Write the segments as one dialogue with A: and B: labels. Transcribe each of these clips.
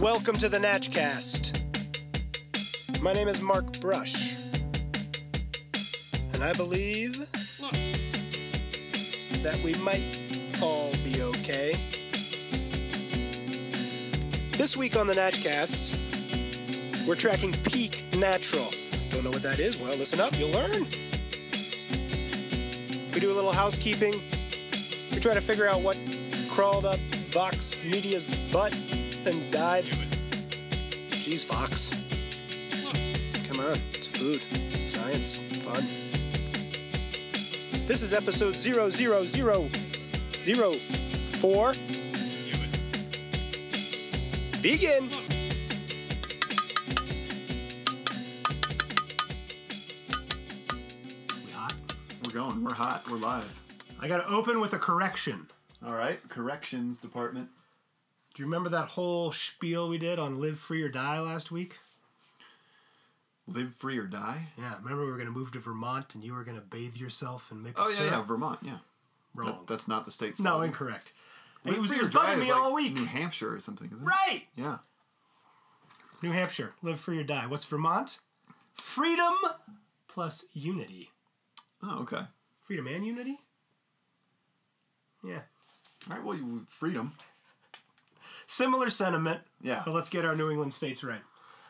A: Welcome to the Natchcast. My name is Mark Brush. And I believe that we might all be okay. This week on the Natchcast, we're tracking peak natural. Don't know what that is? Well, listen up, you'll learn. We do a little housekeeping. We try to figure out what crawled up Vox Media's butt and died. Jeez, Vox. Come on, it's food, science, fun. This is episode 0004. Begin.
B: We hot. We're going. We're hot. We're live.
A: I got to open with a correction.
B: All right. Corrections department.
A: Do you remember that whole spiel we did on Live Free or Die last week?
B: Live free or die.
A: Yeah, remember we were going to move to Vermont and you were going to bathe yourself in maple
B: Oh yeah,
A: syrup?
B: yeah. Vermont. Yeah. That-
A: Wrong.
B: that's not the state.
A: no,
B: side.
A: incorrect.
B: Live
A: it was,
B: free
A: it
B: or
A: was
B: die
A: bugging
B: is
A: me
B: like mm.
A: all week.
B: New Hampshire or something, isn't
A: right!
B: it? Yeah.
A: New Hampshire, Live Free or Die. What's Vermont? Freedom plus unity.
B: Oh, okay. All
A: Freedom and unity? Yeah.
B: right. Well, you, freedom.
A: Similar sentiment,
B: Yeah.
A: but let's get our New England states right.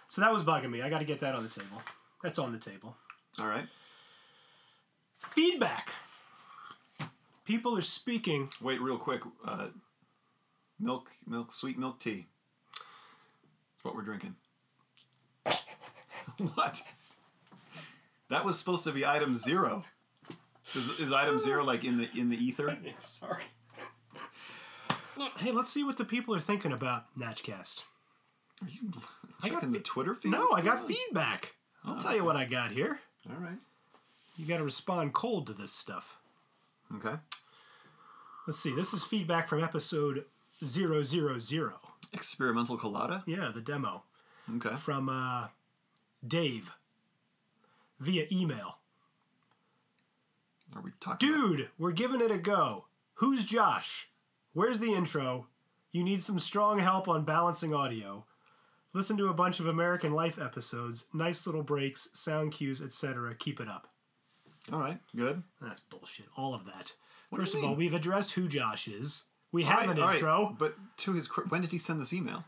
A: So that was bugging me. I got to get that on the table. That's on the table.
B: All right.
A: Feedback. People are speaking.
B: Wait, real quick. Uh, milk, milk, sweet milk tea. That's what we're drinking. what? That was supposed to be item zero. Is, is item zero like in the in the ether?
A: Sorry. Hey, let's see what the people are thinking about Natchcast.
B: Are you
A: I got
B: checking the
A: fe-
B: Twitter feed?
A: No,
B: What's
A: I got
B: going
A: feedback. I'll
B: Oh,
A: tell you what I got here.
B: on? All right.
A: You got to respond cold to this stuff.
B: Okay.
A: Let's see. This is feedback from episode 000.
B: Experimental colada.
A: Yeah, the demo
B: Okay.
A: from uh, Dave via email.
B: Are we talking? about-
A: Dude, we're giving it a go. Who's Josh? Where's the intro? You need some strong help on balancing audio. Listen to a bunch of American Life episodes, nice little breaks, sound cues, etc. Keep it up.
B: All right. Good.
A: That's bullshit. All of that.
B: What do
A: First
B: you
A: of all,
B: mean?
A: we've addressed who Josh is. We
B: All
A: have
B: right,
A: an
B: all right.
A: intro.
B: But to his, cre- when did he send this email?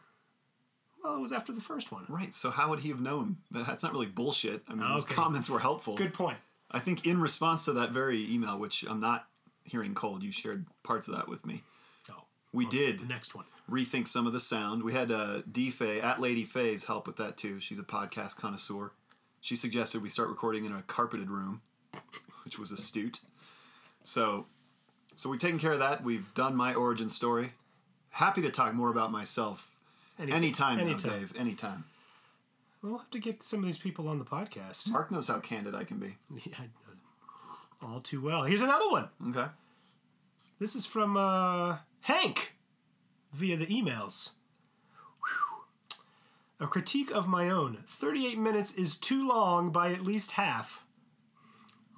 A: Well, it was after the first one.
B: Right. So how would he have known? That- That's not really bullshit. I mean, his
A: Okay.
B: comments were helpful.
A: Good point.
B: I think in response to that very email, which I'm not hearing cold, you shared parts of that with me.
A: Oh,
B: We did
A: the next one.
B: rethink some of the sound. We had uh, D Fay at Lady Fay's help with that too. She's a podcast connoisseur. She suggested we start recording in a carpeted room, which was astute. So, so we've taken care of that. We've done my origin story. Happy to talk more about myself
A: Any
B: anytime, now,
A: Anytime.
B: Dave. Anytime.
A: We'll have to get some of these people on the podcast.
B: Mark knows how candid I can be.
A: Yeah, I know. all too well. Here's another one.
B: Okay.
A: This is from uh, Hank via the emails. Whew. A critique of my own. 38 minutes is too long by at least half.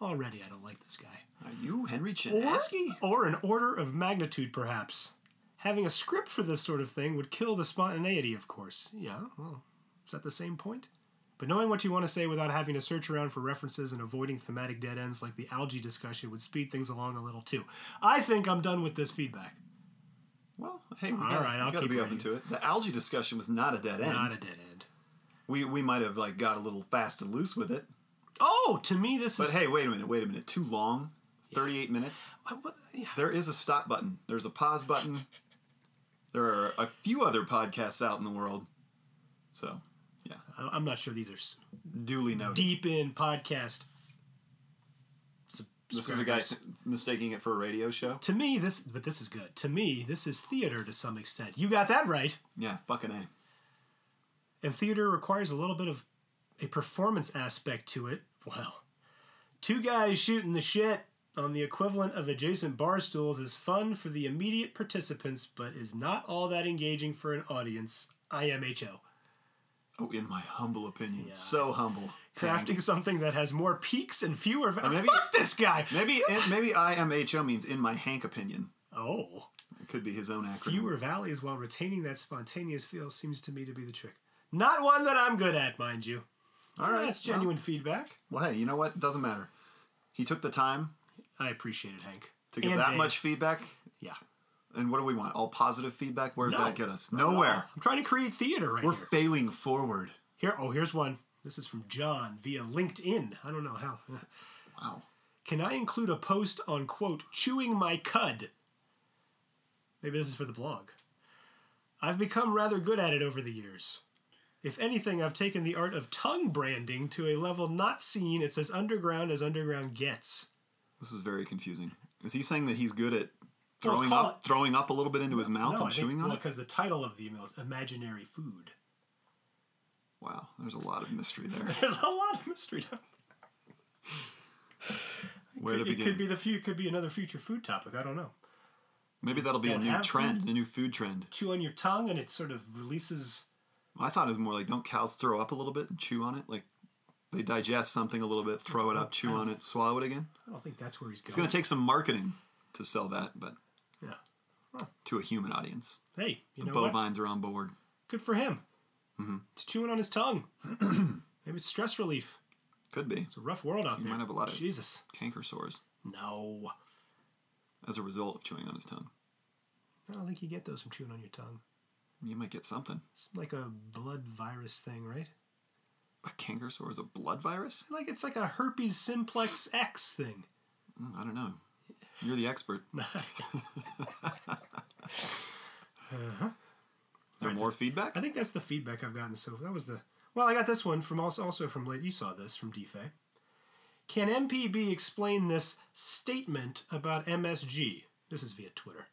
A: Already, I don't like this guy.
B: Are you Henry
A: Or,
B: Chinaski?
A: or an order of magnitude, perhaps. Having a script for this sort of thing would kill the spontaneity, of course. Yeah, well, is that the same point? But knowing what you want to say without having to search around for references and avoiding thematic dead ends like the algae discussion would speed things along a little too. I think I'm done with this feedback.
B: Well, hey, we
A: All
B: gotta,
A: right,
B: we
A: I'll
B: gotta
A: keep
B: be
A: reading.
B: open to it. The algae discussion was not a dead end.
A: Not a dead end.
B: we we might have like got a little fast and loose with it.
A: Oh, to me, this
B: But
A: is.
B: hey, wait a minute, wait a minute. Too long. 38 minutes.
A: I- what- yeah.
B: There is a stop button. There's a pause button. There are a few other podcasts out in the world. So, yeah.
A: I- I'm not sure these are s-
B: Duly noted.
A: deep in podcast. sub-
B: this is a guy s- mistaking it for a radio show.
A: To me, this but this is good. To me, this is theater to some extent. You got that right.
B: Yeah, fucking A.
A: And theater requires a little bit of a performance aspect to it. Well, two guys shooting the shit on the equivalent of adjacent bar stools is fun for the immediate participants, but is not all that engaging for an audience. IMHO.
B: Oh, in my humble opinion.
A: Yeah.
B: So humble.
A: Crafting something that has more peaks and fewer.
B: maybe-
A: Fuck this guy!
B: Maybe maybe IMHO means in my Hank opinion.
A: Oh.
B: It could be his own acronym.
A: Fewer valleys while retaining that spontaneous feel seems to me to be the trick. Not one that I'm good at, mind you.
B: All right,
A: That's
B: well-
A: genuine feedback.
B: Well, hey, you know what? Doesn't matter. He took the time
A: I appreciate it, Hank.
B: to get
A: And
B: that
A: Dave.
B: much feedback.
A: Yeah.
B: And what do we want? All positive feedback? Where does
A: No.
B: that get us?
A: Oh,
B: Nowhere.
A: I'm trying to create theater right
B: We're
A: here.
B: failing forward.
A: Here, oh, here's one. This is from John via LinkedIn. I don't know how.
B: Wow.
A: Can I include a post on quote chewing my cud? Maybe this is for the blog. I've become rather good at it over the years. If anything, I've taken the art of tongue branding to a level not seen. It's as underground as underground gets.
B: This is very confusing. Is he saying that he's good at
A: Well,
B: throwing
A: call
B: up, throwing up a little bit into his mouth
A: I
B: and chewing
A: think,
B: on it?
A: because the title of the email is "Imaginary Food."
B: Wow, there's a lot of mystery there.
A: There's a lot of mystery. To
B: Where to
A: it.
B: begin?
A: Could be the few. Could be another future food topic. I don't know.
B: Maybe that'll be a
A: Don't
B: new
A: have
B: trend, a new food trend.
A: Chew on your tongue, and it sort of releases.
B: I thought it was more like don't cows throw up a little bit and chew on it? Like they digest something a little bit, throw it up, chew on it, swallow it again.
A: I don't think that's where he's going.
B: It's going to take some marketing to sell that, but
A: Yeah.
B: to a human audience.
A: Hey, you
B: The
A: know what?
B: bovines are on board.
A: Good for him.
B: Mm-hmm.
A: It's chewing on his tongue. Maybe it's stress relief.
B: Could be.
A: It's a rough world out there.
B: might have a lot of-
A: Jesus.
B: Canker sores
A: No,
B: as a result of chewing on his tongue.
A: I don't think you get those from chewing on your tongue.
B: You might get something.
A: It's like a blood virus thing, right?
B: A canker sore is a blood virus?
A: Like it's like a herpes simplex X thing.
B: Mm, I don't know. You're the expert. Is
A: Uh-huh.
B: there more feedback?
A: I think that's the feedback I've gotten so far. That was the well, I got this one from also, also from late. You saw this from DFA. Can MPB explain this statement about MSG? This is via Twitter.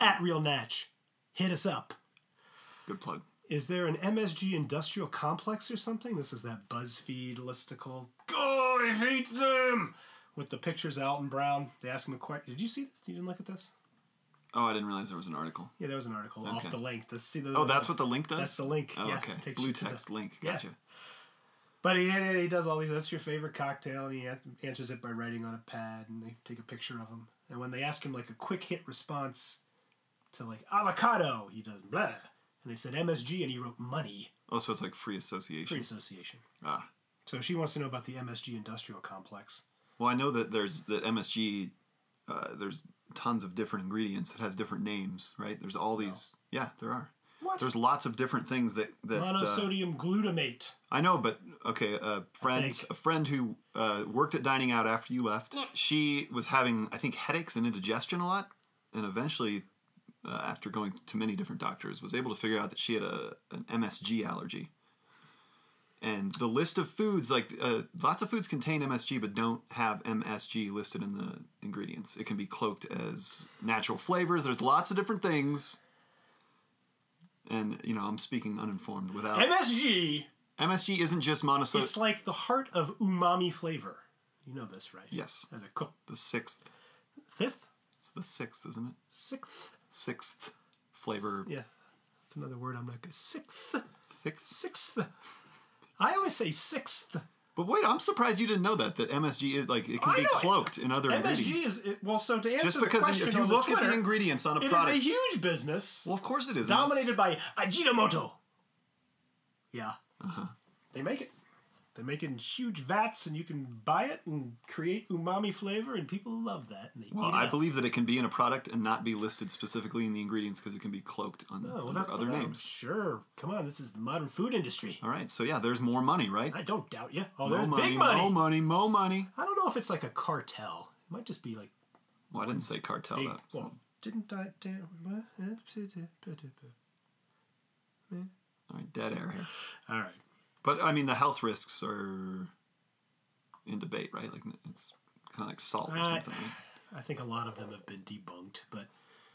A: At Real Natch, hit us up.
B: Good plug.
A: Is there an MSG industrial complex or something? This is that BuzzFeed listicle. Oh, I hate them. With the pictures of Alton Brown, they ask him a question. Did you see this? You didn't look at this?
B: Oh, I didn't realize there was an article.
A: Yeah, there was an article
B: Okay.
A: off the link. Let's see the.
B: Oh, that's what the link does?
A: That's the link.
B: Oh,
A: yeah,
B: okay.
A: it takes
B: Blue
A: you to the-
B: text link.
A: Yeah.
B: Gotcha.
A: But he, he does all these. That's your favorite cocktail, and he an- answers it by writing on a pad, and they take a picture of him. And when they ask him like a quick hit response to like avocado, he does blah, and they said MSG, and he wrote money
B: Oh, so it's like free
A: free
B: association.
A: association.
B: Ah.
A: So she wants to know about the MSG industrial complex.
B: Well, I know that there's that MSG. Uh, there's tons of different ingredients. It has different names, right? There's all these. Yeah, there are.
A: What?
B: There's lots of different things that that uh,
A: Monosodium glutamate.
B: I know, but okay, a friend,
A: think.
B: a friend who uh, worked at dining out after you left, she was having, I think, headaches and indigestion a lot, and eventually, uh, after going to many different doctors, was able to figure out that she had a an MSG allergy. And the list of foods, like uh, lots of foods, contain MSG, but don't have MSG listed in the ingredients. It can be cloaked as natural flavors. There's lots of different things. And you know, I'm speaking uninformed without
A: MSG.
B: MSG isn't just monosodium.
A: It's like the heart of umami flavor. You know this, right?
B: yes,
A: As a cook,
B: the sixth.
A: fifth,
B: It's the sixth, isn't it?
A: sixth.
B: Sixth flavor.
A: Yeah, that's another word I'm not good. Sixth.
B: Sixth.
A: sixth. I always say sixth.
B: But wait, I'm surprised you didn't know that. That MSG is like it can
A: I
B: be
A: know it.
B: cloaked in other ingredients.
A: MSG is it- well. So to answer
B: Just
A: the
B: because
A: question
B: if you
A: on the
B: look
A: Twitter,
B: at the ingredients on a
A: it is
B: product,
A: a huge business
B: well, of course it is. and
A: dominated
B: that's-
A: by Ajinomoto. Yeah,
B: Uh-huh.
A: they make it. They make it in huge vats, and you can buy it and create umami flavor, and people love that. And they
B: Well,
A: eat it
B: I
A: up.
B: believe that it can be in a product and not be listed specifically in the ingredients because it can be cloaked on
A: Oh, well,
B: under
A: that-
B: other
A: well,
B: names.
A: Sure, come on. This is the modern food industry.
B: All right, so yeah, there's more money, right?
A: I don't doubt you. Oh,
B: More
A: there's
B: money,
A: big money.
B: more money, more money.
A: I don't know if it's like a cartel. It might just be like
B: Well, I didn't say cartel.
A: Big-
B: That, so-
A: well, didn't I? do- what?
B: All right, dead air here.
A: All right.
B: But I mean, the health risks are in debate, right? Like it's kind of like salt or
A: Uh,
B: something. right?
A: I think a lot of them have been debunked, but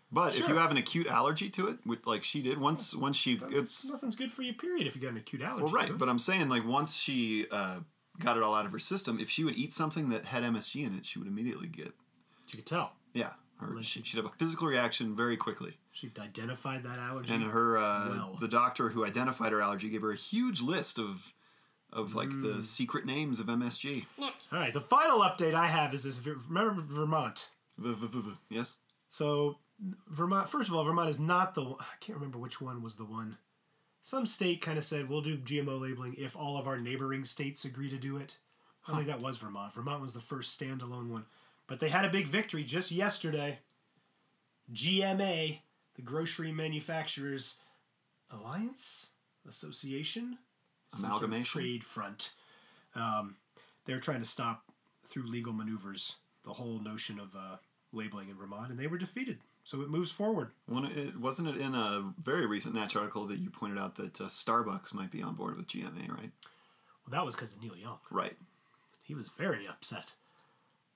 B: But if you
A: sure.
B: have an acute allergy to it, which like she did, once once she it's
A: nothing's good for you. Period. If you got an acute allergy,
B: well, right.
A: to it.
B: But I'm saying like once she uh, got it all out of her system, if she would eat something that had MSG in it, she would immediately get
A: you could tell
B: yeah. Her, she, she'd have a physical reaction very quickly,
A: she identified that allergy.
B: and her uh,
A: Well.
B: the doctor who identified her allergy gave her a huge list of of like
A: Mm.
B: the secret names of MSG.
A: All right. The final update I have is this. Ver- Remember Vermont.
B: V- v- v- v- Yes,
A: So Vermont. First of all, Vermont is not the. one- I can't remember which one was the one. Some state kind of said we'll do GMO labeling if all of our neighboring states agree to do it. I think that was Vermont. Vermont was the first standalone one, but they had a big victory just yesterday. GMA, the Grocery Manufacturers Alliance Association, Some sort of
B: Amalgamation?
A: trade front. Um, they're trying to stop through legal maneuvers the whole notion of uh, labeling in Vermont, and they were defeated. So it moves forward.
B: One, it, wasn't it in a very recent Natch article that you pointed out that uh, Starbucks might be on board with GMA, right?
A: Well, that was because of Neil Young.
B: Right.
A: He was very upset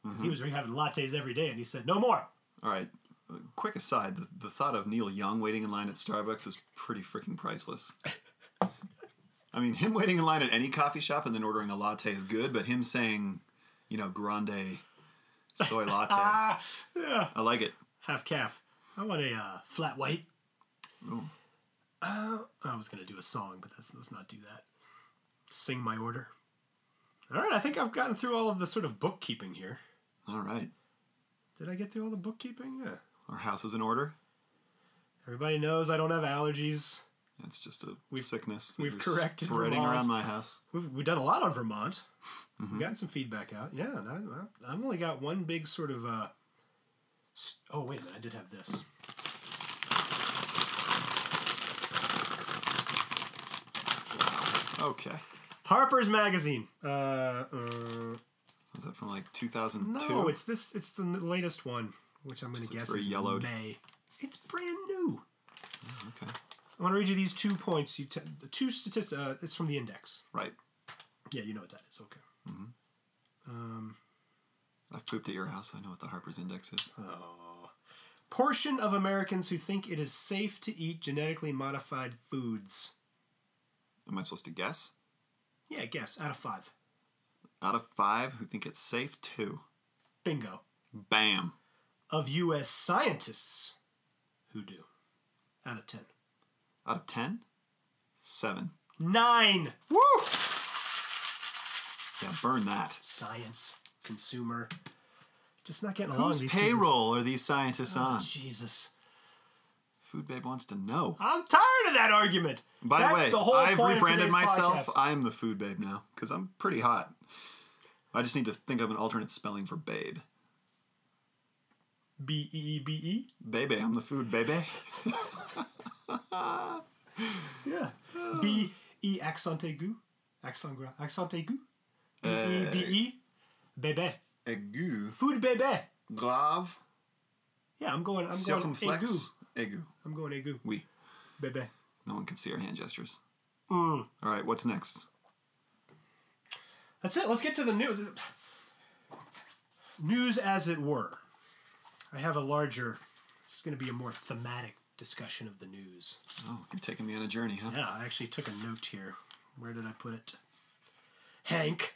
A: 'Cause he was having lattes every day, and he said, "No more."
B: All right. Uh, Quick aside: the, the thought of Neil Young waiting in line at Starbucks is pretty freaking priceless. I mean, him waiting in line at any coffee shop and then ordering a latte is good, but him saying, you know, grande soy latte, I
A: Ah, yeah.
B: like it.
A: half calf. I want a uh, flat white.
B: Ooh.
A: Uh, I was gonna do a song, but that's, let's not do that. Sing my order. All right, I think I've gotten through all of the sort of bookkeeping here.
B: All right.
A: Did I get through all the bookkeeping? Yeah.
B: Our house is in order.
A: Everybody knows I don't have allergies.
B: That's just a
A: We've-
B: sickness. that
A: we've
B: you're
A: corrected
B: spreading
A: Vermont.
B: around my house.
A: We've, we've done a lot on Vermont. We've gotten some feedback out. Yeah, and I, I- I've only got one big sort of. Uh, st- oh, wait a minute. I did have this.
B: Okay.
A: Harper's Magazine. Uh, uh,
B: Was that from like 2002?
A: no, it's this. It's the n- latest one, which I'm going
B: So
A: to
B: it's
A: guess
B: very
A: is
B: yellowed.
A: May. It's brand new.
B: okay.
A: I want to read you these two points. You t- the two statistics. Uh, it's from the index.
B: Right.
A: Yeah, you know what that is. Okay. Um,
B: I've pooped at your house. I know what the Harper's Index is.
A: Oh. Portion of Americans who think it is safe to eat genetically modified foods.
B: Am I supposed to guess?
A: Yeah, guess out of five.
B: Out of five who think it's safe, two.
A: Bingo.
B: Bam.
A: Of U.S. scientists who do. Out of ten.
B: Out of ten? Seven.
A: Nine. Woo!
B: Yeah, burn that.
A: Science. Consumer. Just not getting along.
B: Whose
A: these
B: payroll are these scientists
A: People. Oh,
B: on?
A: Jesus.
B: Food Babe wants to know.
A: I'm tired of that argument.
B: By
A: That's
B: the way,
A: the whole
B: I've
A: point of
B: rebranded
A: today's
B: myself. uh,
A: podcast.
B: I'm the Food Babe now because I'm pretty hot. I just need to think of an alternate spelling for babe.
A: B E E B E.
B: Baby, I'm the food baby.
A: Yeah.
B: Uh.
A: B E accent aigu. Accent gra- accent aigu.
B: Uh,
A: B E B E. Bébé.
B: Aigu,
A: Food bébé.
B: grave,
A: Yeah, I'm going. I'm going aigu.
B: circumflex, aigu.
A: I'm going aigu.
B: Oui.
A: Bébé.
B: No one can see our hand gestures.
A: Mm.
B: All right, what's next?
A: That's it. Let's get to the news. News, as it were. I have a larger. This is going to be a more thematic discussion of the news.
B: Oh, you're taking me on a journey, huh?
A: Yeah, I actually took a note here. Where did I put it? Hank.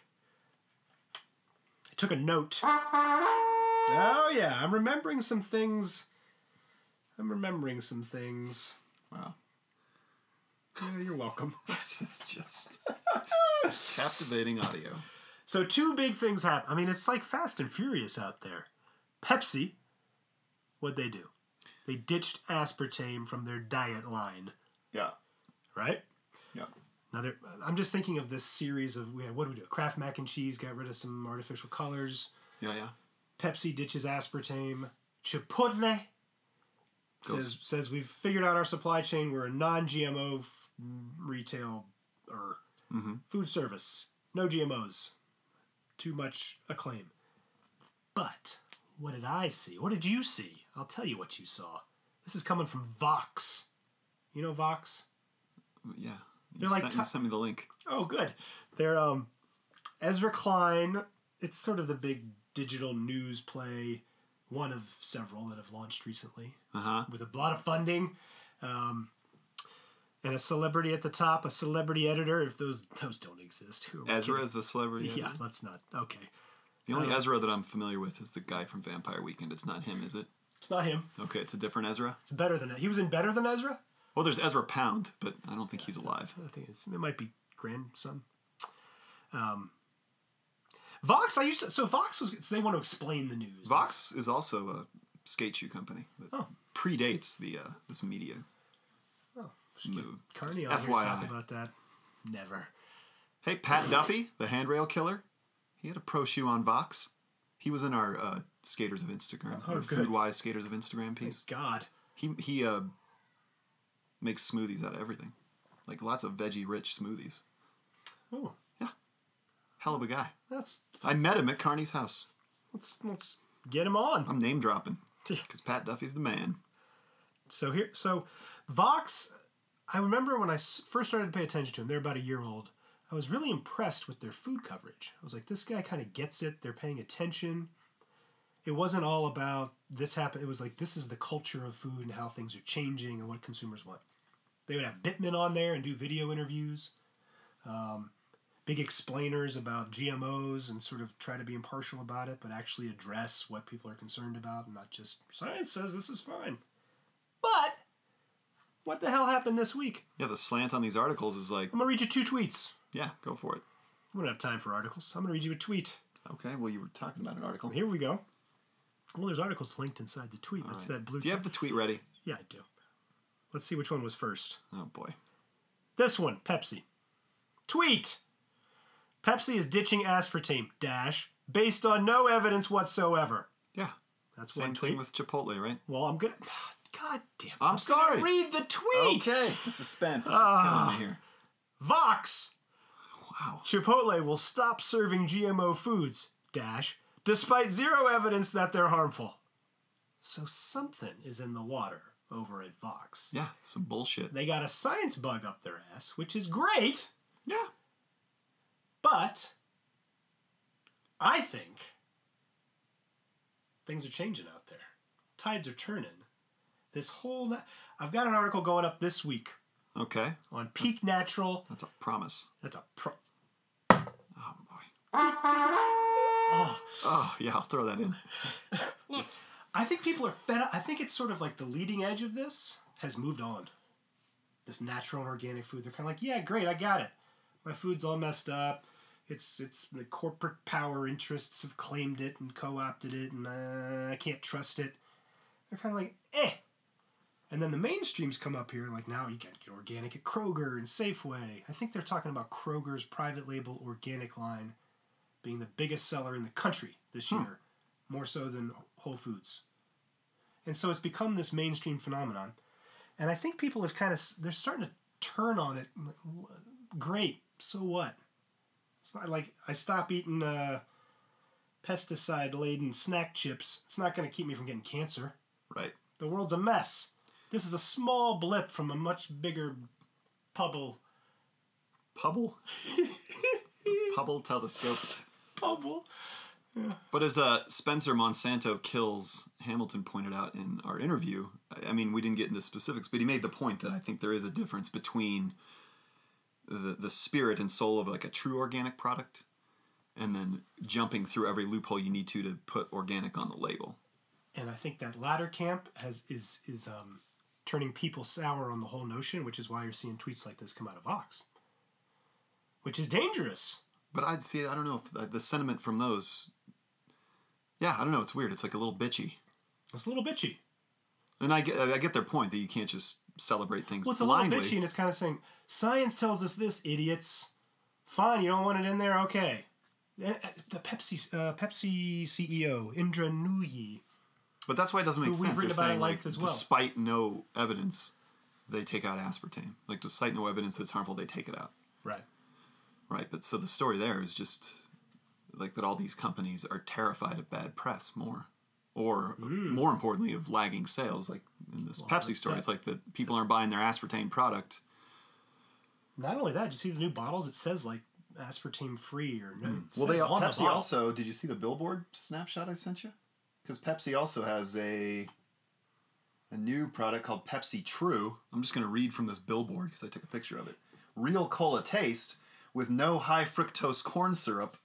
A: I took a note. Oh yeah, I'm remembering some things. I'm remembering some things.
B: Wow.
A: Yeah, you're welcome.
B: This is just captivating audio.
A: So two big things happen. I mean, it's like Fast and Furious out there. Pepsi, what'd they do? They ditched aspartame from their diet line,
B: Yeah.
A: right?
B: Yeah.
A: Another. I'm just thinking of this series of we had what do we do? Kraft mac and cheese got rid of some artificial colors.
B: Yeah, yeah.
A: Pepsi ditches aspartame. Chipotle says
B: Goes-
A: says we've figured out our supply chain. We're a non-GMO f- retail or
B: Mhm.
A: food service. No GMOs. Too much acclaim. But what did I see? What did you see? I'll tell you what you saw. This is coming from Vox. You know Vox?
B: Yeah. You
A: They're like
B: sent,
A: ti-
B: you sent me the link.
A: Oh, good. They're um, Ezra Klein. It's sort of the big digital news play, one of several that have launched recently
B: Uh huh.
A: with a lot of funding, um, and a celebrity at the top, a celebrity editor. If those those don't exist, who am I
B: Ezra
A: kidding?
B: is the celebrity.
A: Yeah,
B: editor.
A: let's not. Okay,
B: The only
A: Uh,
B: Ezra that I'm familiar with is the guy from Vampire Weekend. It's not him, is it?
A: it's not him.
B: Okay, it's a different Ezra.
A: It's better than he was in better than Ezra.
B: Well, there's Ezra Pound, but I don't think he's alive.
A: I think it's, it might be grandson. Um, Vox. I used to. So Vox was. So they want to explain the news.
B: Vox is also a skate shoe company that
A: Oh.
B: predates the uh, this media
A: Oh, should get
B: move.
A: Carney
B: Just
A: on here to talk
B: FYI.
A: about that. Never.
B: Hey, Pat Duffy, the handrail killer. He had a pro shoe on Vox. He was in our uh, Skaters of Instagram,
A: Oh,
B: our
A: good.
B: Foodwise Skaters of Instagram piece.
A: God.
B: He he uh, makes smoothies out of everything, like lots of veggie rich smoothies.
A: Oh,
B: Hell of a guy.
A: that's
B: I met him at Carney's house.
A: let's let's get him on.
B: I'm name dropping because Pat Duffy's the man.
A: So here, so Vox, I remember when I s- first started to pay attention to them, they're about a year old. I was really impressed with their food coverage. I was like, this guy kind of gets it. They're paying attention. It wasn't all about this happened. It was like this is the culture of food and how things are changing and what consumers want. They would have Bittman on there and do video interviews, um, big explainers about GMOs and sort of try to be impartial about it, but actually address what people are concerned about and not just science says this is fine. But what the hell happened this week?
B: Yeah, the slant on these articles is like,
A: I'm gonna read you two tweets.
B: yeah, go for it.
A: I don't have time for articles. I'm gonna read you a tweet.
B: Okay, well, you were talking about an article.
A: Here we go. Well, there's articles linked inside the tweet. That's
B: All right.
A: that blue.
B: Do you have the tweet ready?
A: yeah, I do. Let's see which one was first.
B: Oh boy.
A: This one, Pepsi. Tweet. Pepsi is ditching aspartame dash based on no evidence whatsoever.
B: Yeah,
A: That's
B: same
A: one
B: thing
A: tweet.
B: with Chipotle, right?
A: well, I'm gonna. God damn. it.
B: I'm
A: gonna
B: sorry.
A: Read the tweet.
B: Okay, the suspense is just
A: Ah.
B: killing me here.
A: Vox
B: Wow.
A: Chipotle will stop serving GMO foods, dash, despite zero evidence that they're harmful. So something is in the water over at Vox.
B: Yeah, some bullshit.
A: They got a science bug up their ass, which is great,
B: Yeah.
A: but I think things are changing out there. Tides are turning. This whole na- I've got an article going up this week
B: Okay,
A: on Peak Natural.
B: that's a promise.
A: That's a pro.
B: Oh boy.
A: Oh.
B: Oh yeah, I'll throw that in.
A: I think people are fed up. I think it's sort of like the leading edge of this has moved on. This natural and organic food. They're kind of like, yeah, great, I got it. My food's all messed up. It's it's the corporate power interests have claimed it and co-opted it, and uh, I can't trust it. They're kind of like, eh. And then the mainstreams come up here, like now you can get organic at Kroger and Safeway. I think they're talking about Kroger's private label organic line being the biggest seller in the country this
B: Hmm.
A: year, more so than Whole Foods. And so it's become this mainstream phenomenon. And I think people have kind of, they're starting to turn on it. Like, wh- Great, so what? It's not like I stop eating uh, pesticide laden snack chips. It's not going to keep me from getting cancer.
B: Right.
A: The world's a mess. This is a small blip from a much bigger pubble.
B: Pubble. Pubble telescope.
A: Pubble?
B: But as uh, Spencer Monsanto kills Hamilton pointed out in our interview, I- I mean, we didn't get into specifics, but he made the point that I think there is a difference between the the spirit and soul of like a true organic product, and then jumping through every loophole you need to to put organic on the label.
A: And I think that latter camp has is is um, turning people sour on the whole notion, which is why you're seeing tweets like this come out of Vox, which is dangerous.
B: But I'd see, I don't know if the, the sentiment from those. Yeah, I don't know. It's weird. It's like a little bitchy.
A: It's a little bitchy.
B: And I get, I get their point that you can't just celebrate things
A: Well, it's a little
B: blindly.
A: bitchy, and it's kind of saying science tells us this, idiots. Fine, you don't want it in there, okay. Eh, eh, The Pepsi uh, Pepsi CEO Indra Nooyi
B: But that's why it doesn't make
A: We've
B: sense. They're
A: written about it
B: saying, like,
A: length as well.
B: despite no evidence, they take out aspartame. Like, despite no evidence that's harmful, they take it out.
A: Right.
B: Right. But so the story there is just like that all these companies are terrified of bad press more. Or more importantly, of lagging sales. Like in this Pepsi
A: Hmm.
B: story,
A: that-
B: it's like that people aren't buying their aspartame product.
A: Not only that, did you see the new bottles? It says like aspartame free or no. it
B: Hmm. Well, they
A: says on the
B: Pepsi
A: bottle.
B: also. Did you see the billboard snapshot I sent you? Because Pepsi also has a a new product called Pepsi True. I'm just going to read from this billboard because I took a picture of it. Real cola taste with no high fructose corn syrup.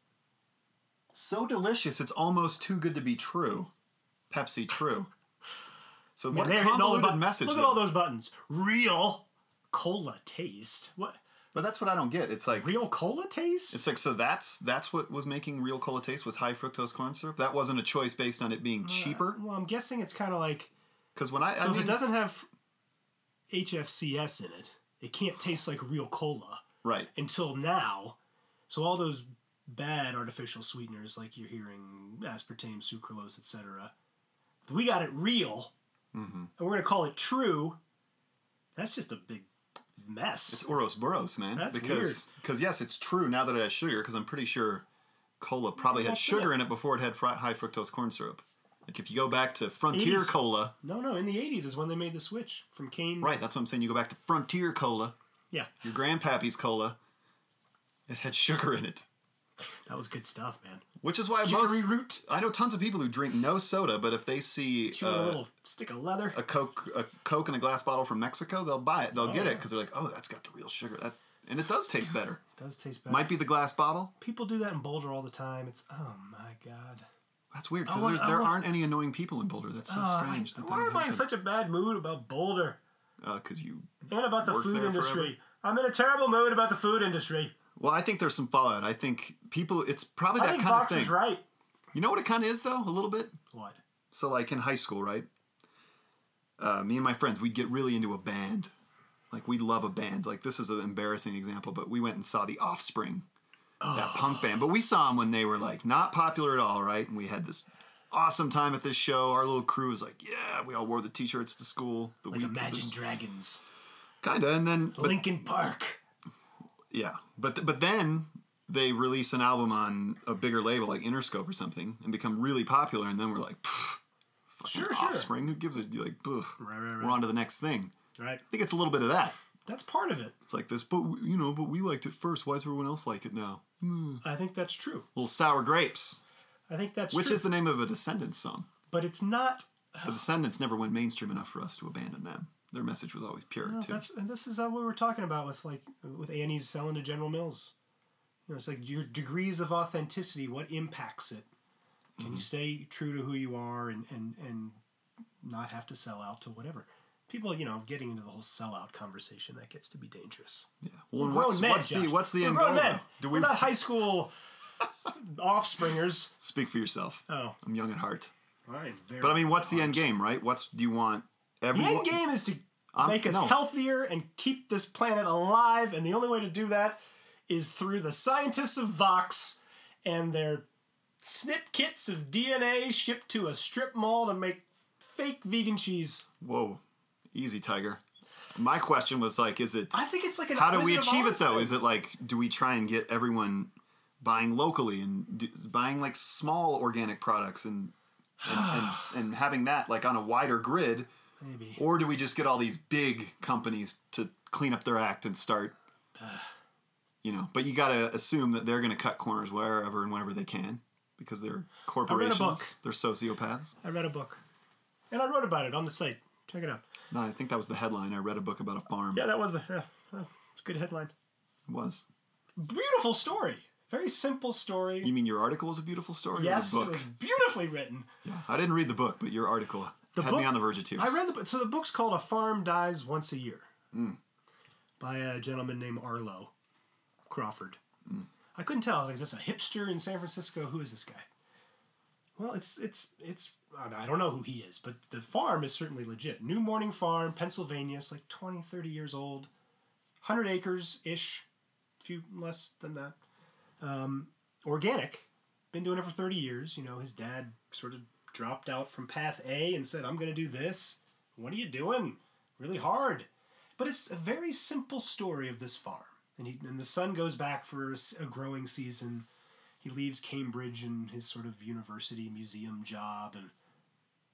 B: So delicious, it's almost too good to be true. Pepsi True. So
A: I mean,
B: what
A: they're
B: a
A: hitting all the
B: convoluted
A: buttons.
B: message.
A: Look at
B: there.
A: all those buttons. Real cola taste. What
B: But that's what I don't get. It's like
A: real cola taste?
B: It's like so that's that's what was making real cola
A: Uh,
B: taste was high fructose corn syrup. That wasn't a choice based on it being cheaper
A: well, I'm guessing it's kind of like
B: Because when I,
A: So
B: I
A: if
B: mean,
A: it doesn't have HFCS in it, it can't taste like real cola
B: right,
A: until now. So all those bad artificial sweeteners like you're hearing aspartame, sucralose, etc. We got it real,
B: Mhm.
A: and we're gonna call it true. That's just a big
B: it's
A: mess.
B: Ouroboros, man.
A: That's
B: because because yes, it's true. Now that it has sugar, because I'm pretty sure cola probably had
A: That's
B: sugar in it before it had fri- high fructose corn syrup. Like if you go back to Frontier
A: 80s.
B: Cola,
A: No, no. In the '80s is when they made the switch from cane.
B: right? That's what I'm saying. You go back to Frontier Cola,
A: Yeah,
B: your grandpappy's cola. It had sugar in it,
A: that was good stuff, man.
B: which is why
A: Chicory
B: most
A: root.
B: I know tons of people who drink no soda, but if they see
A: Chew on a
B: uh,
A: little stick of leather.
B: a coke a coke in a glass bottle from Mexico, they'll buy it. They'll get it
A: yeah.
B: because they're like, oh, that's got the real sugar. That and it does taste better.
A: does taste bad.
B: Might be the glass bottle.
A: People do that in Boulder all the time. It's oh my god.
B: That's weird
A: I
B: because
A: want- I
B: there
A: want-
B: aren't any annoying people in Boulder. That's so
A: Uh,
B: strange. That
A: why am I in
B: Because
A: such a bad mood about Boulder
B: you.
A: and about the
B: Work
A: food
B: there
A: industry? I'm in a terrible mood about the food industry.
B: Well, I think there's some fallout. I think people. It's probably
A: I
B: that
A: think
B: kind
A: Fox
B: of
A: is
B: thing.
A: right.
B: You know what it kind of is though, a little bit.
A: What?
B: So like in high school, right? Uh, me and my friends, we'd get really into a band. Like we love a band. Like this is an embarrassing example, but we went and saw The Offspring, that punk band. But we saw them when they were like not popular at all, right? And we had this awesome time at this show. Our little crew was like, yeah, we all wore the t-shirts to school. The
A: Like
B: week of
A: Imagine
B: this-
A: Dragons,
B: kinda. And then, but,
A: Linkin Park.
B: yeah, but th- but then they release an album on a bigger label like Interscope or something and become really popular. And then we're like, "Pfft, fucking
A: Sure, sure.
B: Offspring. Who gives a like? ugh."
A: Right, right,
B: we're
A: right.
B: on to the next thing.
A: Right.
B: I think it's a little bit of that.
A: That's part of it.
B: It's like this, but you know, but we liked it first. Why does everyone else like it now?
A: I think that's true.
B: Little sour grapes,
A: I think that's
B: which
A: true.
B: is the name of a Descendants song.
A: but it's not.
B: The Descendants never went mainstream enough for us to abandon them. Their message was always pure
A: No,
B: too.
A: that's, and this is uh, what we were talking about with like with Annie's selling to General Mills. You know, it's like your degrees of authenticity. What impacts it? Can
B: Mm-hmm.
A: you stay true to who you are and and and not have to sell out to whatever? People, you know, getting into the whole sellout conversation that gets to be dangerous.
B: Yeah. Well, and
A: Grown
B: what's,
A: men,
B: what's the
A: Josh.
B: what's the
A: We're
B: end
A: grown
B: goal?
A: men.
B: though? Do
A: We're
B: we
A: not high school offspringers.
B: speak for yourself?
A: Oh,
B: I'm young at heart,
A: I'm very.
B: but I mean, what's the end game, right? What's do you want?
A: The
B: Everyone.
A: end game is to um,
B: I'm-
A: make us
B: no.
A: healthier and keep this planet alive, and the only way to do that is through the scientists of Vox and their snip kits of DNA shipped to a strip mall to make fake vegan cheese.
B: Whoa, easy, Tiger. My question was like, is it?
A: I think it's like an
B: How do we
A: Wizard of
B: achieve it
A: Oz
B: though?
A: thing.
B: Is it like do we try and get everyone buying locally and do, buying like small organic products and and, and and having that like on a wider grid,
A: maybe
B: or do we just get all these big companies to clean up their act and start? You know, but you gotta assume that they're gonna cut corners wherever and whenever they can because they're corporations. They're sociopaths.
A: I read a book, and I wrote about it on the site. Check it out.
B: No, I think that was the headline. I read a book about a farm.
A: Yeah, that was the yeah, yeah, it's a good headline.
B: It was.
A: Beautiful story. Very simple story.
B: You mean your article was a beautiful story?
A: yes,
B: or the book?
A: it was beautifully written.
B: Yeah, I didn't read the book, but your article had
A: book-
B: me on the verge of tears.
A: I read the book. So the book's called A Farm Dies Once a Year by a gentleman named Arlo Crawford. I couldn't tell. I was like, is this a hipster in San Francisco? Who is this guy? Well, it's, it's, it's, I mean, I don't know who he is, but the farm is certainly legit. New Morning Farm, Pennsylvania. It's like 20, 30 years old, 100 acres ish, a few less than that. Um, organic, been doing it for 30 years. You know, his dad sort of dropped out from path A and said, I'm going to do this. What are you doing? Really hard. But it's a very simple story of this farm. And, he, and the son goes back for a, s- a growing season. He leaves Cambridge and his sort of university museum job and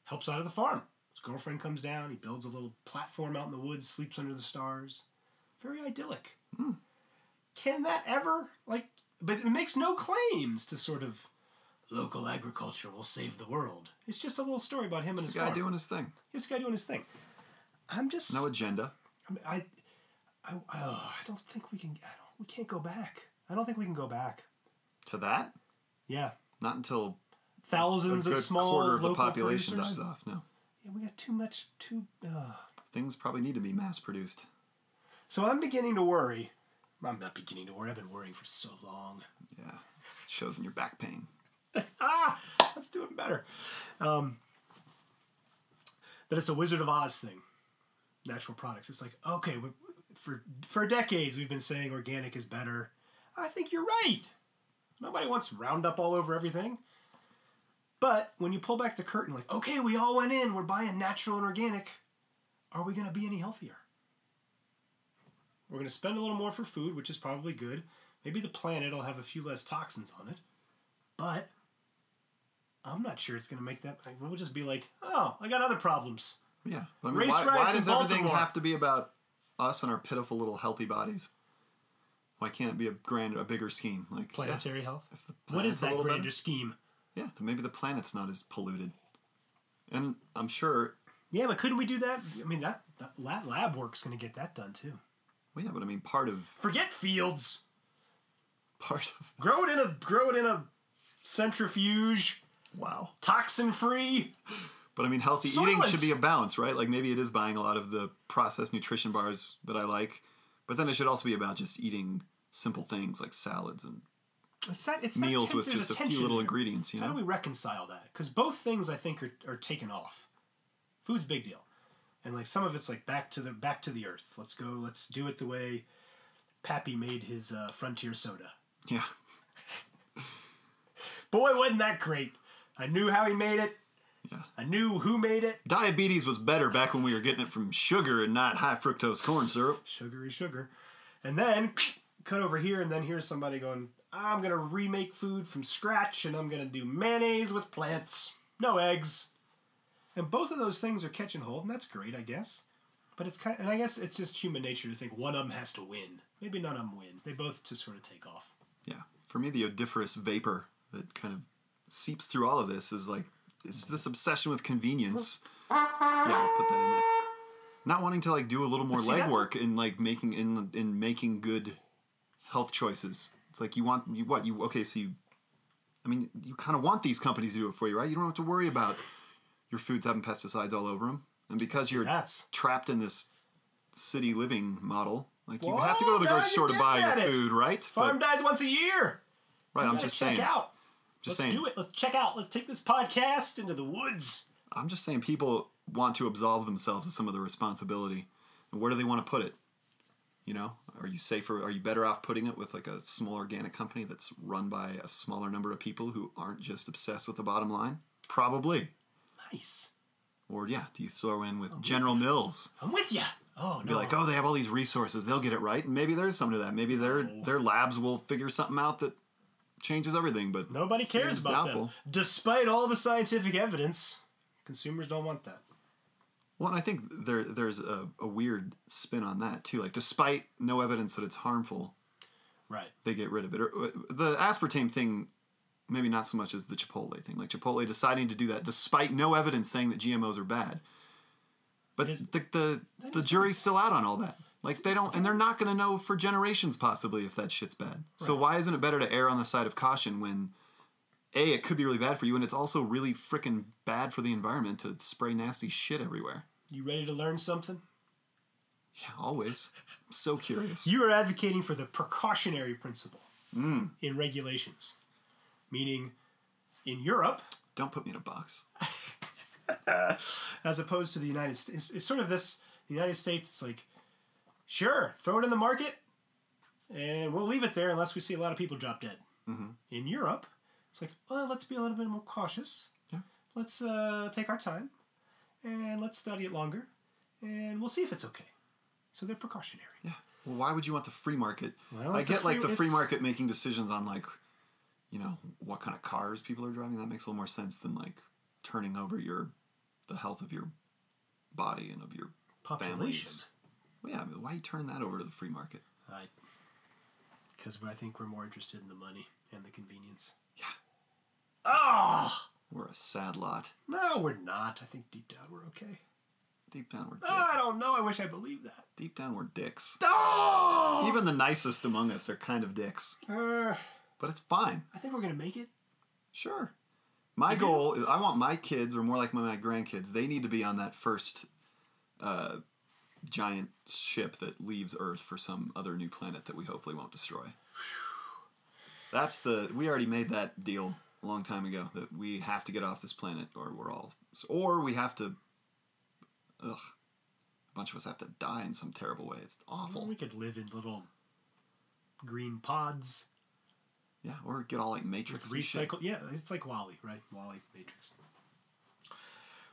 A: helps out at the farm. His girlfriend comes down. He builds a little platform out in the woods, sleeps under the stars. Very idyllic Hmm. can that ever like but it makes no claims to sort of local agriculture will save the world it's just a little story about him and
B: This
A: his
B: guy
A: farm.
B: doing his thing,
A: this guy doing his thing i'm just
B: no agenda.
A: i I, oh, I don't think we can i don't we can't go back i don't think we can go back
B: To that,
A: yeah
B: not until a
A: thousands
B: good
A: of small
B: quarter of the
A: local
B: population
A: producers.
B: dies off. No,
A: yeah we got too much too uh,
B: things probably need to be mass produced.
A: so i'm beginning to worry i'm not beginning to worry i've been worrying for so long
B: Yeah, shows in your back pain.
A: ah, that's doing better. Um, that it's a Wizard of Oz thing. Natural products. It's like okay, w- for for decades we've been saying organic is better. I think you're right. Nobody wants Roundup all over everything. But when you pull back the curtain, like okay, we all went in. We're buying natural and organic. Are we going to be any healthier? We're going to spend a little more for food, which is probably good. Maybe the planet will have a few less toxins on it. But I'm not sure it's going to make that. like, We'll just be like, oh, I got other problems.
B: Yeah. But I mean,
A: Race
B: why, why
A: riots in
B: does everything
A: Baltimore.
B: have to be about us and our pitiful little healthy bodies? Why can't it be a grand, a bigger scheme? Like, yeah,
A: Planetary health.
B: if the
A: What
B: planet's
A: is
B: a
A: that
B: little
A: grander
B: better-
A: scheme?
B: Yeah, then maybe the planet's not as polluted. And I'm sure,
A: Yeah, but couldn't we do that? I mean, that that lab, lab work's going to get that done too.
B: well, yeah, but I mean, part of
A: Forget fields.
B: part of
A: Grow it in a grow it in a centrifuge,
B: wow.
A: toxin free.
B: But I mean, healthy eating
A: Silence.
B: should be a balance, right? Like maybe it is buying a lot of the processed nutrition bars that I like, but then it should also be about just eating simple things like salads and
A: It's that it's
B: meals
A: that temp-
B: with
A: there's
B: just a few
A: tension
B: little
A: there.
B: ingredients, you
A: How do
B: know?
A: we reconcile that? Because both things I think are, are taken off. Food's a big deal, and like some of it's like back to the back to the earth. Let's go. Let's do it the way Pappy made his uh, frontier soda.
B: Yeah.
A: Boy, wasn't that great! I knew how he made it.
B: Yeah.
A: I knew who made it.
B: Diabetes was better back when we were getting it from sugar and not high fructose corn syrup.
A: Sugary sugar, and then cut over here, and then here's somebody going. I'm gonna remake food from scratch, and I'm gonna do mayonnaise with plants, no eggs. And both of those things are catching hold, and that's great, I guess. But it's kind, and I guess it's just human nature to think one of them has to win. Maybe none of them win. They both just sort of take off.
B: Yeah. For me, the odoriferous vapor that kind of seeps through all of this is like, it's this obsession with convenience. Yeah, I'll put that in there. Not wanting to like do a little more
A: see, that's-
B: legwork in like making in in making good health choices. It's like you want you what you okay so you, I mean you kind of want these companies to do it for you, right? You don't have to worry about your foods having pesticides all over them, and because you're
A: That's
B: trapped in this city living model. Like you have to go to the
A: Whoa, now
B: grocery store to
A: you're
B: buy
A: getting
B: your
A: at it.
B: food, right?
A: farm dies once a year.
B: but, right, I'm
A: Gotta
B: just
A: check
B: saying.
A: out.
B: Just
A: Let's
B: saying.
A: do it. Let's check out. Let's take this podcast into the woods.
B: I'm just saying people want to absolve themselves of some of the responsibility. And where do they want to put it? You know, are you safer? Are you better off putting it with like a small organic company that's run by a smaller number of people who aren't just obsessed with the bottom line? Probably.
A: Nice.
B: Or yeah, do you throw in with General Mills?
A: I'm with you. Oh
B: Be
A: no.
B: like, oh, they have all these resources; they'll get it right. And maybe there's some to that. Maybe their their labs will figure something out that changes everything. But
A: Nobody cares
B: Seems
A: about them.
B: doubtful.
A: Despite all the scientific evidence, consumers don't want that.
B: Well, and I think there there's a, a weird spin on that too. Like, despite no evidence that it's harmful,
A: Right.
B: they get rid of it. Or uh, the aspartame thing, maybe not so much as the Chipotle thing. Like Chipotle deciding to do that despite no evidence saying that GMOs are bad. But
A: It is-
B: the the, the jury's still out on all that. Like they don't, and they're not going to know for generations possibly if that shit's bad. So why isn't it better to err on the side of caution when? A, it could be really bad for you, and it's also really freaking bad for the environment to spray nasty shit everywhere.
A: You ready to learn something?
B: Yeah, always. I'm so curious.
A: You are advocating for the precautionary principle
B: Mm,
A: in regulations, meaning in Europe,
B: Don't put me in a box.
A: as opposed to the United States. It's sort of this the United States. It's like, sure, throw it in the market, and we'll leave it there unless we see a lot of people drop dead. Mm-hmm. In Europe, it's like, well, let's be a little bit more cautious.
B: Yeah.
A: Let's uh, take our time, and let's study it longer, and we'll see if it's okay. So they're precautionary.
B: Yeah. Well, why would you want the free market?
A: Well,
B: I
A: it's a
B: get like
A: free-
B: the free
A: it's-
B: market making decisions on like, you know, what kind of cars people are driving. That makes a little more sense than like turning over your, the health of your body and of your
A: Population.
B: families. Well, yeah. I mean, why are you turning that over to the free market?
A: Because I think we're more interested in the money and the convenience.
B: Yeah.
A: Oh
B: We're a sad lot.
A: no, we're not. I think deep down we're okay.
B: Deep down, we're dick.
A: Oh, I don't know. I wish I believed that.
B: Deep down, we're dicks.
A: Oh!
B: Even the nicest among us are kind of dicks,
A: Uh,
B: but it's fine.
A: I think we're gonna make it.
B: Sure. My
A: You do?
B: goal is I want my kids, or more like my grandkids, they need to be on that first uh, giant ship that leaves Earth for some other new planet that we hopefully won't destroy. That's the we already made that deal a long time ago that we have to get off this planet, or we're all, or we have to Ugh. A bunch of us have to die in some terrible way. It's awful.
A: We could live in little green pods.
B: Yeah, or get all like
A: With
B: Matrix. and shit.
A: recycle. Yeah, it's like Wally, right? Wally Matrix.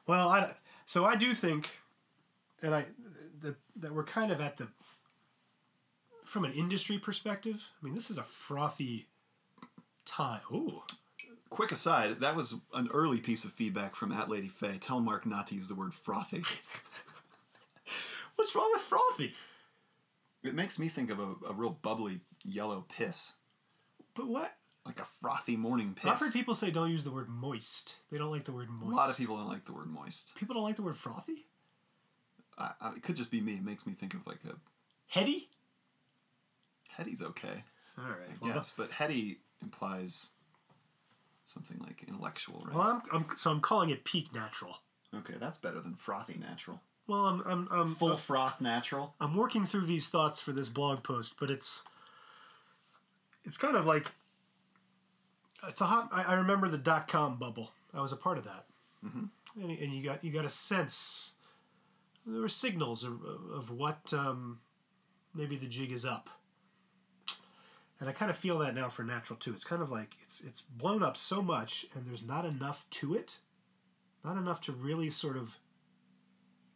A: Well, I so I do think, and I that that we're kind of at the from an industry perspective. I mean, this is a frothy time. Oh,
B: Quick aside, that was an early piece of feedback from at Lady Faye. Tell Mark not to use the word frothy.
A: what's wrong with frothy?
B: it makes me think of a, a real bubbly yellow piss,
A: But what?
B: like a frothy morning piss.
A: I've heard people say don't use the word moist. They don't like the word
B: a
A: moist.
B: lot of people don't like the word moist.
A: People don't like the word frothy.
B: I, I, it could just be me. It makes me think of like a
A: Heady.
B: heady's okay,
A: All right.
B: I
A: well,
B: guess, but heady implies something like intellectual, right?
A: Well, I'm, I'm so I'm calling it peak natural.
B: Okay, that's better than frothy natural.
A: Well, I'm I'm I'm,
B: Full froth natural.
A: I'm working through these thoughts for this blog post, but it's it's kind of like it's a hot. I, I remember the dot com bubble. I was a part of that, mm-hmm. and, and you got you got a sense. There were signals of, of what um, maybe the jig is up, and I kind of feel that now for natural too. It's kind of like it's it's blown up so much, and there's not enough to it, not enough to really sort of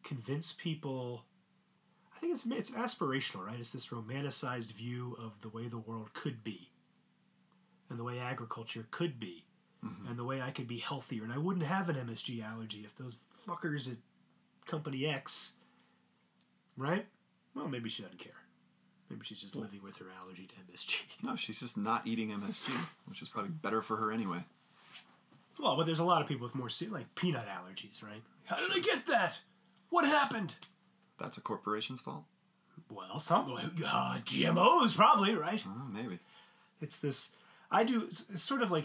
A: convince people I think it's it's aspirational, right? It's this romanticized view of the way the world could be, and the way agriculture could be, and the way I could be healthier, and I wouldn't have an MSG allergy if those fuckers at Company X, right? Well, maybe she doesn't care. Maybe she's just living with her allergy to MSG.
B: No, she's just not eating MSG, which is probably better for her anyway.
A: Well, but there's a lot of people with more se- like peanut allergies, right? How did I get that? What happened?
B: That's a corporation's fault.
A: Well, some uh, GMOs probably, right?
B: Oh, maybe.
A: It's this. I do. It's, it's sort of like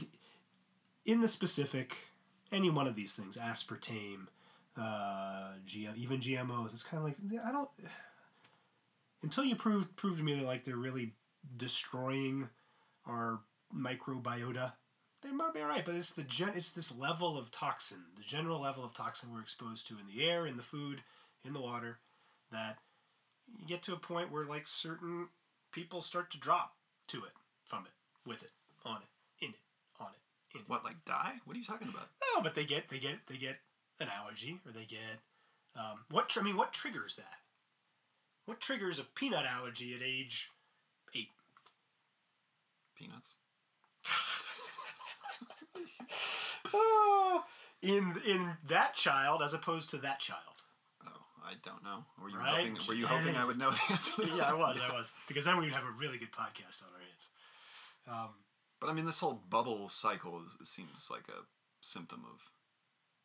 A: in the specific, any one of these things, aspartame, uh, GM, even GMOs. It's kind of like I don't. Until you prove prove to me that like they're really destroying our microbiota, they might be all right. But it's the gen. It's this level of toxin, the general level of toxin we're exposed to in the air, in the food, in the water, that you get to a point where like certain people start to drop to it from it, with it, on it, in it, on it, in it.
B: What, like die? What are you talking about?
A: No, but they get they get they get an allergy, or they get um, what tr- I mean. What triggers that? What triggers a peanut allergy at age eight?
B: Peanuts.
A: Ah, in in that child, as opposed to that child.
B: Oh, I don't know. Were you
A: Right?
B: hoping? Were you hoping I would know the answer? to
A: Yeah, I
B: that?
A: was, I was, because then we'd have a really good podcast on our hands. Um,
B: But I mean, this whole bubble cycle is, it seems like a symptom of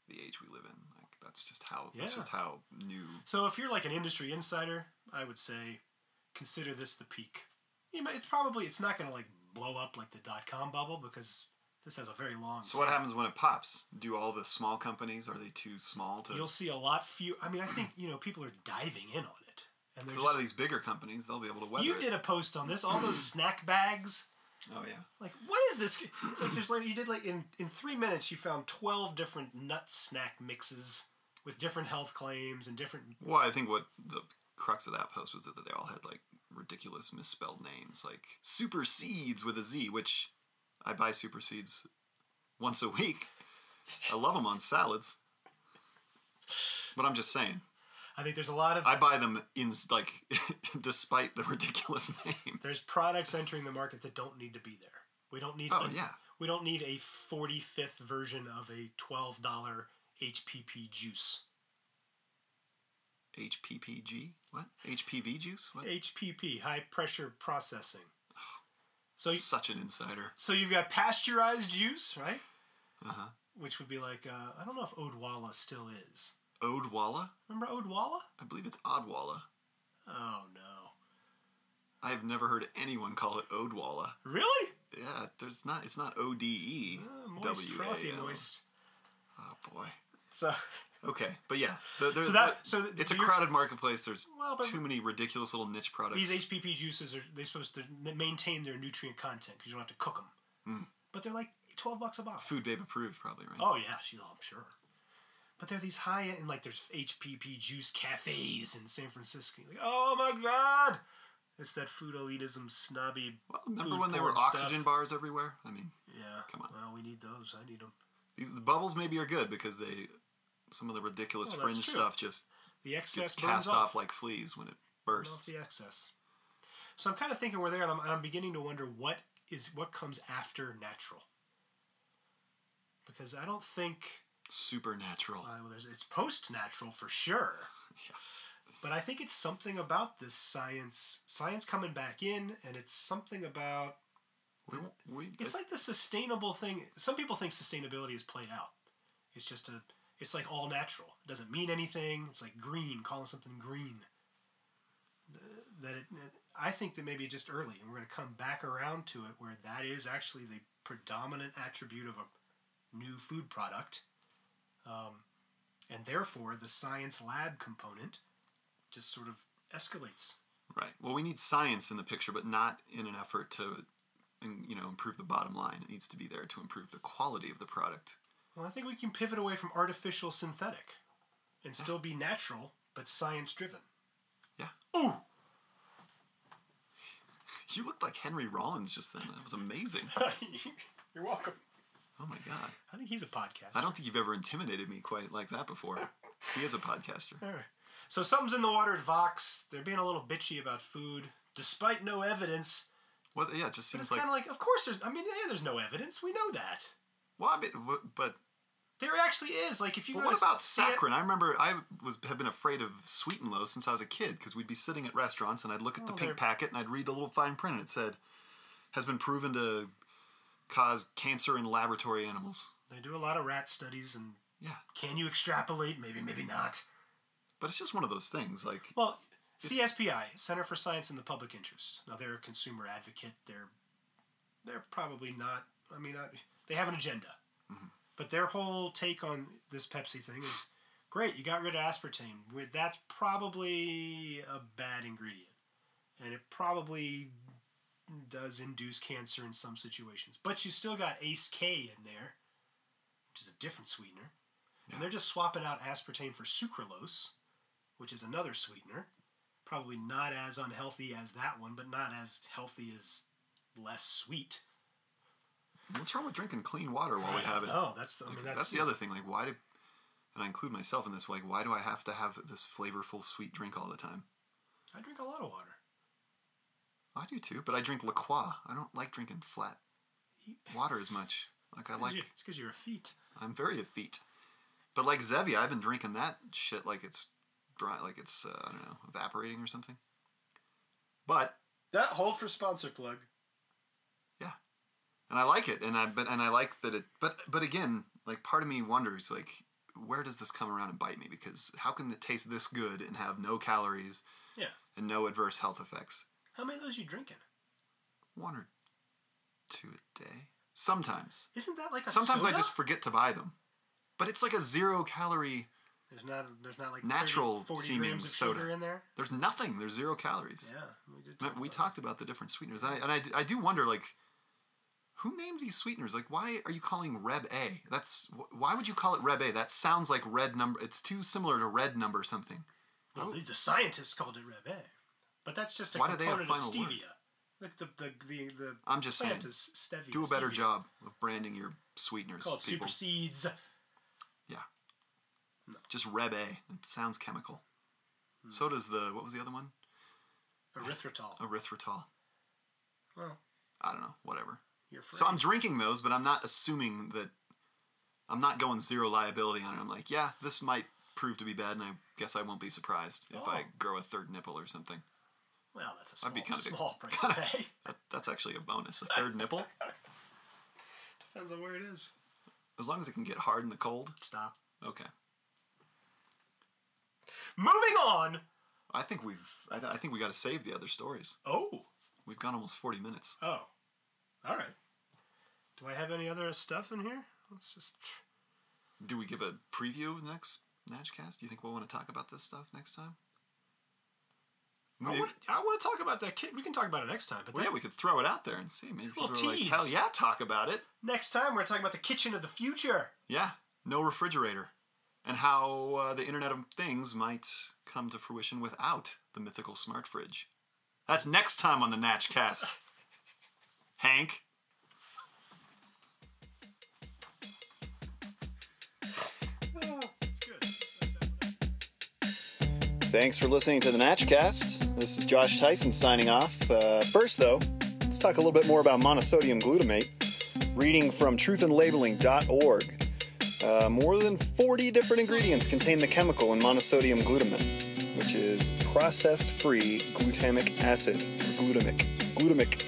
B: the age we live in. Like that's just how. That's
A: Yeah.
B: just how new.
A: So if you're like an industry insider, I would say consider this the peak. You might, it's probably it's not going to like blow up like the dot com bubble because this has a very long.
B: So what
A: tail.
B: happens when it pops? Do all the small companies are they too small to?
A: You'll see a lot few. I mean, I think you know people are diving in on it, and they're
B: 'cause a lot of
A: just.
B: these bigger companies they'll be able to weather
A: You
B: it.
A: did a post on this. All those snack bags.
B: Oh yeah.
A: Like, what is this? It's like there's like you did like in in three minutes you found twelve different nut snack mixes with different health claims and different
B: Well, I think what the crux of that post was that they all had like ridiculous misspelled names, like Super Seeds with a Z, which I buy Super Seeds once a week. I love them on salads. But I'm just saying,
A: I think there's a lot of
B: I buy them in like despite the ridiculous name.
A: there's products entering the market that don't need to be there. We don't need.
B: Oh
A: a-
B: yeah,
A: We don't need a 45th version of a $12 HPP juice.
B: HPPG. What? HPV juice? What?
A: HPP, high pressure processing. So you,
B: Such an insider.
A: so you've got pasteurized juice, right?
B: Uh huh.
A: Which would be like uh, I don't know if Odwalla still is.
B: Odwalla.
A: Remember Odwalla?
B: I believe it's Odwalla.
A: Oh no.
B: I have never heard anyone call it Odwalla.
A: Really?
B: Yeah, there's not. It's not O D E.
A: Uh, moist, frothy, moist.
B: Oh boy.
A: So
B: Okay, but yeah, the, there's
A: so that so
B: it's a
A: you're-
B: crowded marketplace. There's
A: Well, but-
B: too many ridiculous little niche products.
A: These HPP juices are they supposed to ma- maintain their nutrient content because you don't have to cook them.
B: Hmm.
A: But they're like 12 bucks a bottle.
B: Food Babe approved, probably right.
A: Oh yeah, she's I'm oh, sure. But there are these high end, and like there's HPP juice cafes in San Francisco. You're like, oh my god, it's that food elitism snobby.
B: Well, remember
A: Food
B: when there were
A: porn
B: oxygen
A: stuff.
B: bars everywhere? I mean,
A: Yeah,
B: Come on.
A: Well, we need those. I need them.
B: these, the bubbles maybe are good because they some of the ridiculous
A: Oh, that's
B: fringe
A: true.
B: stuff just
A: The excess
B: gets
A: burns
B: cast
A: off.
B: off. like fleas when it
A: Burns off
B: bursts.
A: the excess. So I'm kind of thinking we're there, and I'm, and I'm beginning to wonder what is what comes after natural. Because I don't think
B: Supernatural.
A: Uh, well, there's, it's post natural for sure.
B: Yeah.
A: But I think it's something about this science, science coming back in, and it's something about
B: we, we,
A: it's like the sustainable thing. Some people think sustainability is played out. It's just a, it's like all natural. It doesn't mean anything. It's like green, calling something green. Th- That it, I think that maybe it's just early, and we're going to come back around to it where that is actually the predominant attribute of a new food product, um, and therefore the science lab component just sort of escalates.
B: Right. Well, we need science in the picture, but not in an effort to, in- you know, improve the bottom line. It needs to be there to improve the quality of the product.
A: Well, I think we can pivot away from artificial synthetic and still be natural, but science driven.
B: Yeah.
A: Ooh!
B: You looked like Henry Rollins just then. That was amazing.
A: You're welcome.
B: Oh my god.
A: I think he's a podcast.
B: I don't think you've ever intimidated me quite like that before. He is a podcaster.
A: All right. So something's in the water at Vox. They're being a little bitchy about food, despite no evidence.
B: Well, yeah, it just
A: But
B: seems
A: it's
B: like.
A: kind of like, of course, there's. I mean, yeah, there's no evidence. We know that.
B: Well, I mean, w- but
A: There actually is. Like, if you
B: But
A: go
B: what
A: to
B: about
A: see it-
B: saccharin? I remember I was have been afraid of sweet and low since I was a kid because we'd be sitting at restaurants and I'd look at the
A: Oh,
B: pink
A: they're-
B: packet and I'd read the little fine print and it said has been proven to cause cancer in laboratory animals.
A: They do a lot of rat studies, and
B: Yeah,
A: can you extrapolate? Maybe, maybe not.
B: but it's just one of those things. Like
A: Well, CSPI, Center for Science and the Public Interest. Now they're a consumer advocate. They're they're probably not. I mean, I, they have an agenda, but their whole take on this Pepsi thing is great. You got rid of aspartame. We're- That's probably a bad ingredient, and it probably does induce cancer in some situations. But you still got Ace K in there, which is a different sweetener, and they're just swapping out aspartame for sucralose which is another sweetener. Probably not as unhealthy as that one, but not as healthy as less sweet.
B: what's wrong with drinking clean water while we have it?
A: Oh, that's the, I mean
B: that's,
A: that's,
B: the other thing. Like why do and I include myself in this. Like why do I have to have this flavorful sweet drink all the time?
A: I drink a lot of water.
B: I do too, but I drink La Croix. I don't like drinking flat water as much. Like I like
A: it's because you're a feet.
B: I'm very effete. But like Zevia, I've been drinking that shit like it's dry, like it's uh, I don't know, evaporating or something. But
A: That hold for sponsor plug.
B: and I like it, and I but and I like that it. But but again, like part of me wonders like where does this come around and bite me? Because how can it taste this good and have no calories
A: Yeah.
B: and no adverse health effects?
A: How many of those you drinking?
B: One or two a day, sometimes.
A: Isn't that like a
B: Sometimes I
A: soda?
B: just forget to buy them. But it's like a zero calorie.
A: there's not there's not like
B: Natural
A: 30, 40
B: seeming
A: grams of
B: soda.
A: sugar in there.
B: There's nothing. There's zero calories.
A: Yeah, we did.
B: No,
A: talk
B: we
A: about
B: talked about the different sweeteners, and I, and I, d- I do wonder, like, who named these sweeteners? Like, why are you calling Reb A? That's wh- why would you call it Reb A? That sounds like red number. It's too similar to red number something.
A: that. Well, the, the scientists called it Reb A, but that's just a
B: Why do they have
A: component of
B: final word?
A: stevia. Like the the the, the
B: I'm just saying,
A: plant is stevia.
B: do a better
A: stevia.
B: job of branding your sweeteners,
A: Called
B: people.
A: supersedes.
B: yeah, just Reb A. It sounds chemical. So does the what was the other one? Oh.
A: Erythritol.
B: Erythritol.
A: Well,
B: I don't know. Whatever.
A: you're free.
B: So I'm drinking those, but I'm not assuming that I'm not going zero liability on it. I'm like, yeah, this might prove to be bad, and I guess I won't be surprised if I
A: Oh.
B: grow a third nipple or something.
A: well, that's a small,
B: I'd be kinda big.
A: small price to pay.
B: That, that's actually a bonus. A third nipple,
A: Depends on where it is.
B: as long as it can get hard in the cold.
A: Stop.
B: Okay,
A: Moving on.
B: I think we've. I, I think we got to save the other stories.
A: Oh.
B: We've gone almost forty minutes.
A: Oh. All right. Do I have any other stuff in here? Let's just.
B: Do we give a preview of the next Natchcast? Do you think we'll want to talk about this stuff next time?
A: I
B: Maybe-
A: want, to, I want to talk about that kid. We can talk about it next time. But
B: well,
A: that-
B: yeah, we could throw it out there and see. Maybe
A: Little
B: people are like,
A: tease.
B: hell yeah, talk about it.
A: next time we're talking about the kitchen of the future.
B: Yeah, no refrigerator.
C: and how uh, the Internet of Things might come to fruition without the mythical smart fridge. That's next time on the Natchcast. Hank.
B: Thanks for listening to the Natchcast. This is Josh Tyson signing off. Uh, first, though, let's talk a little bit more about monosodium glutamate. Reading from truthandlabeling.org, uh, more than 40 different ingredients contain the chemical in monosodium glutamate, which is processed free glutamic acid, or glutamic. Glutamic.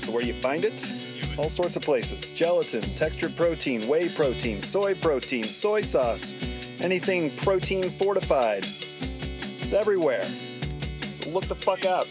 B: So, where do you find it? All sorts of places gelatin, textured protein, whey protein, soy protein, soy sauce, anything protein fortified. It's everywhere. So look the fuck up.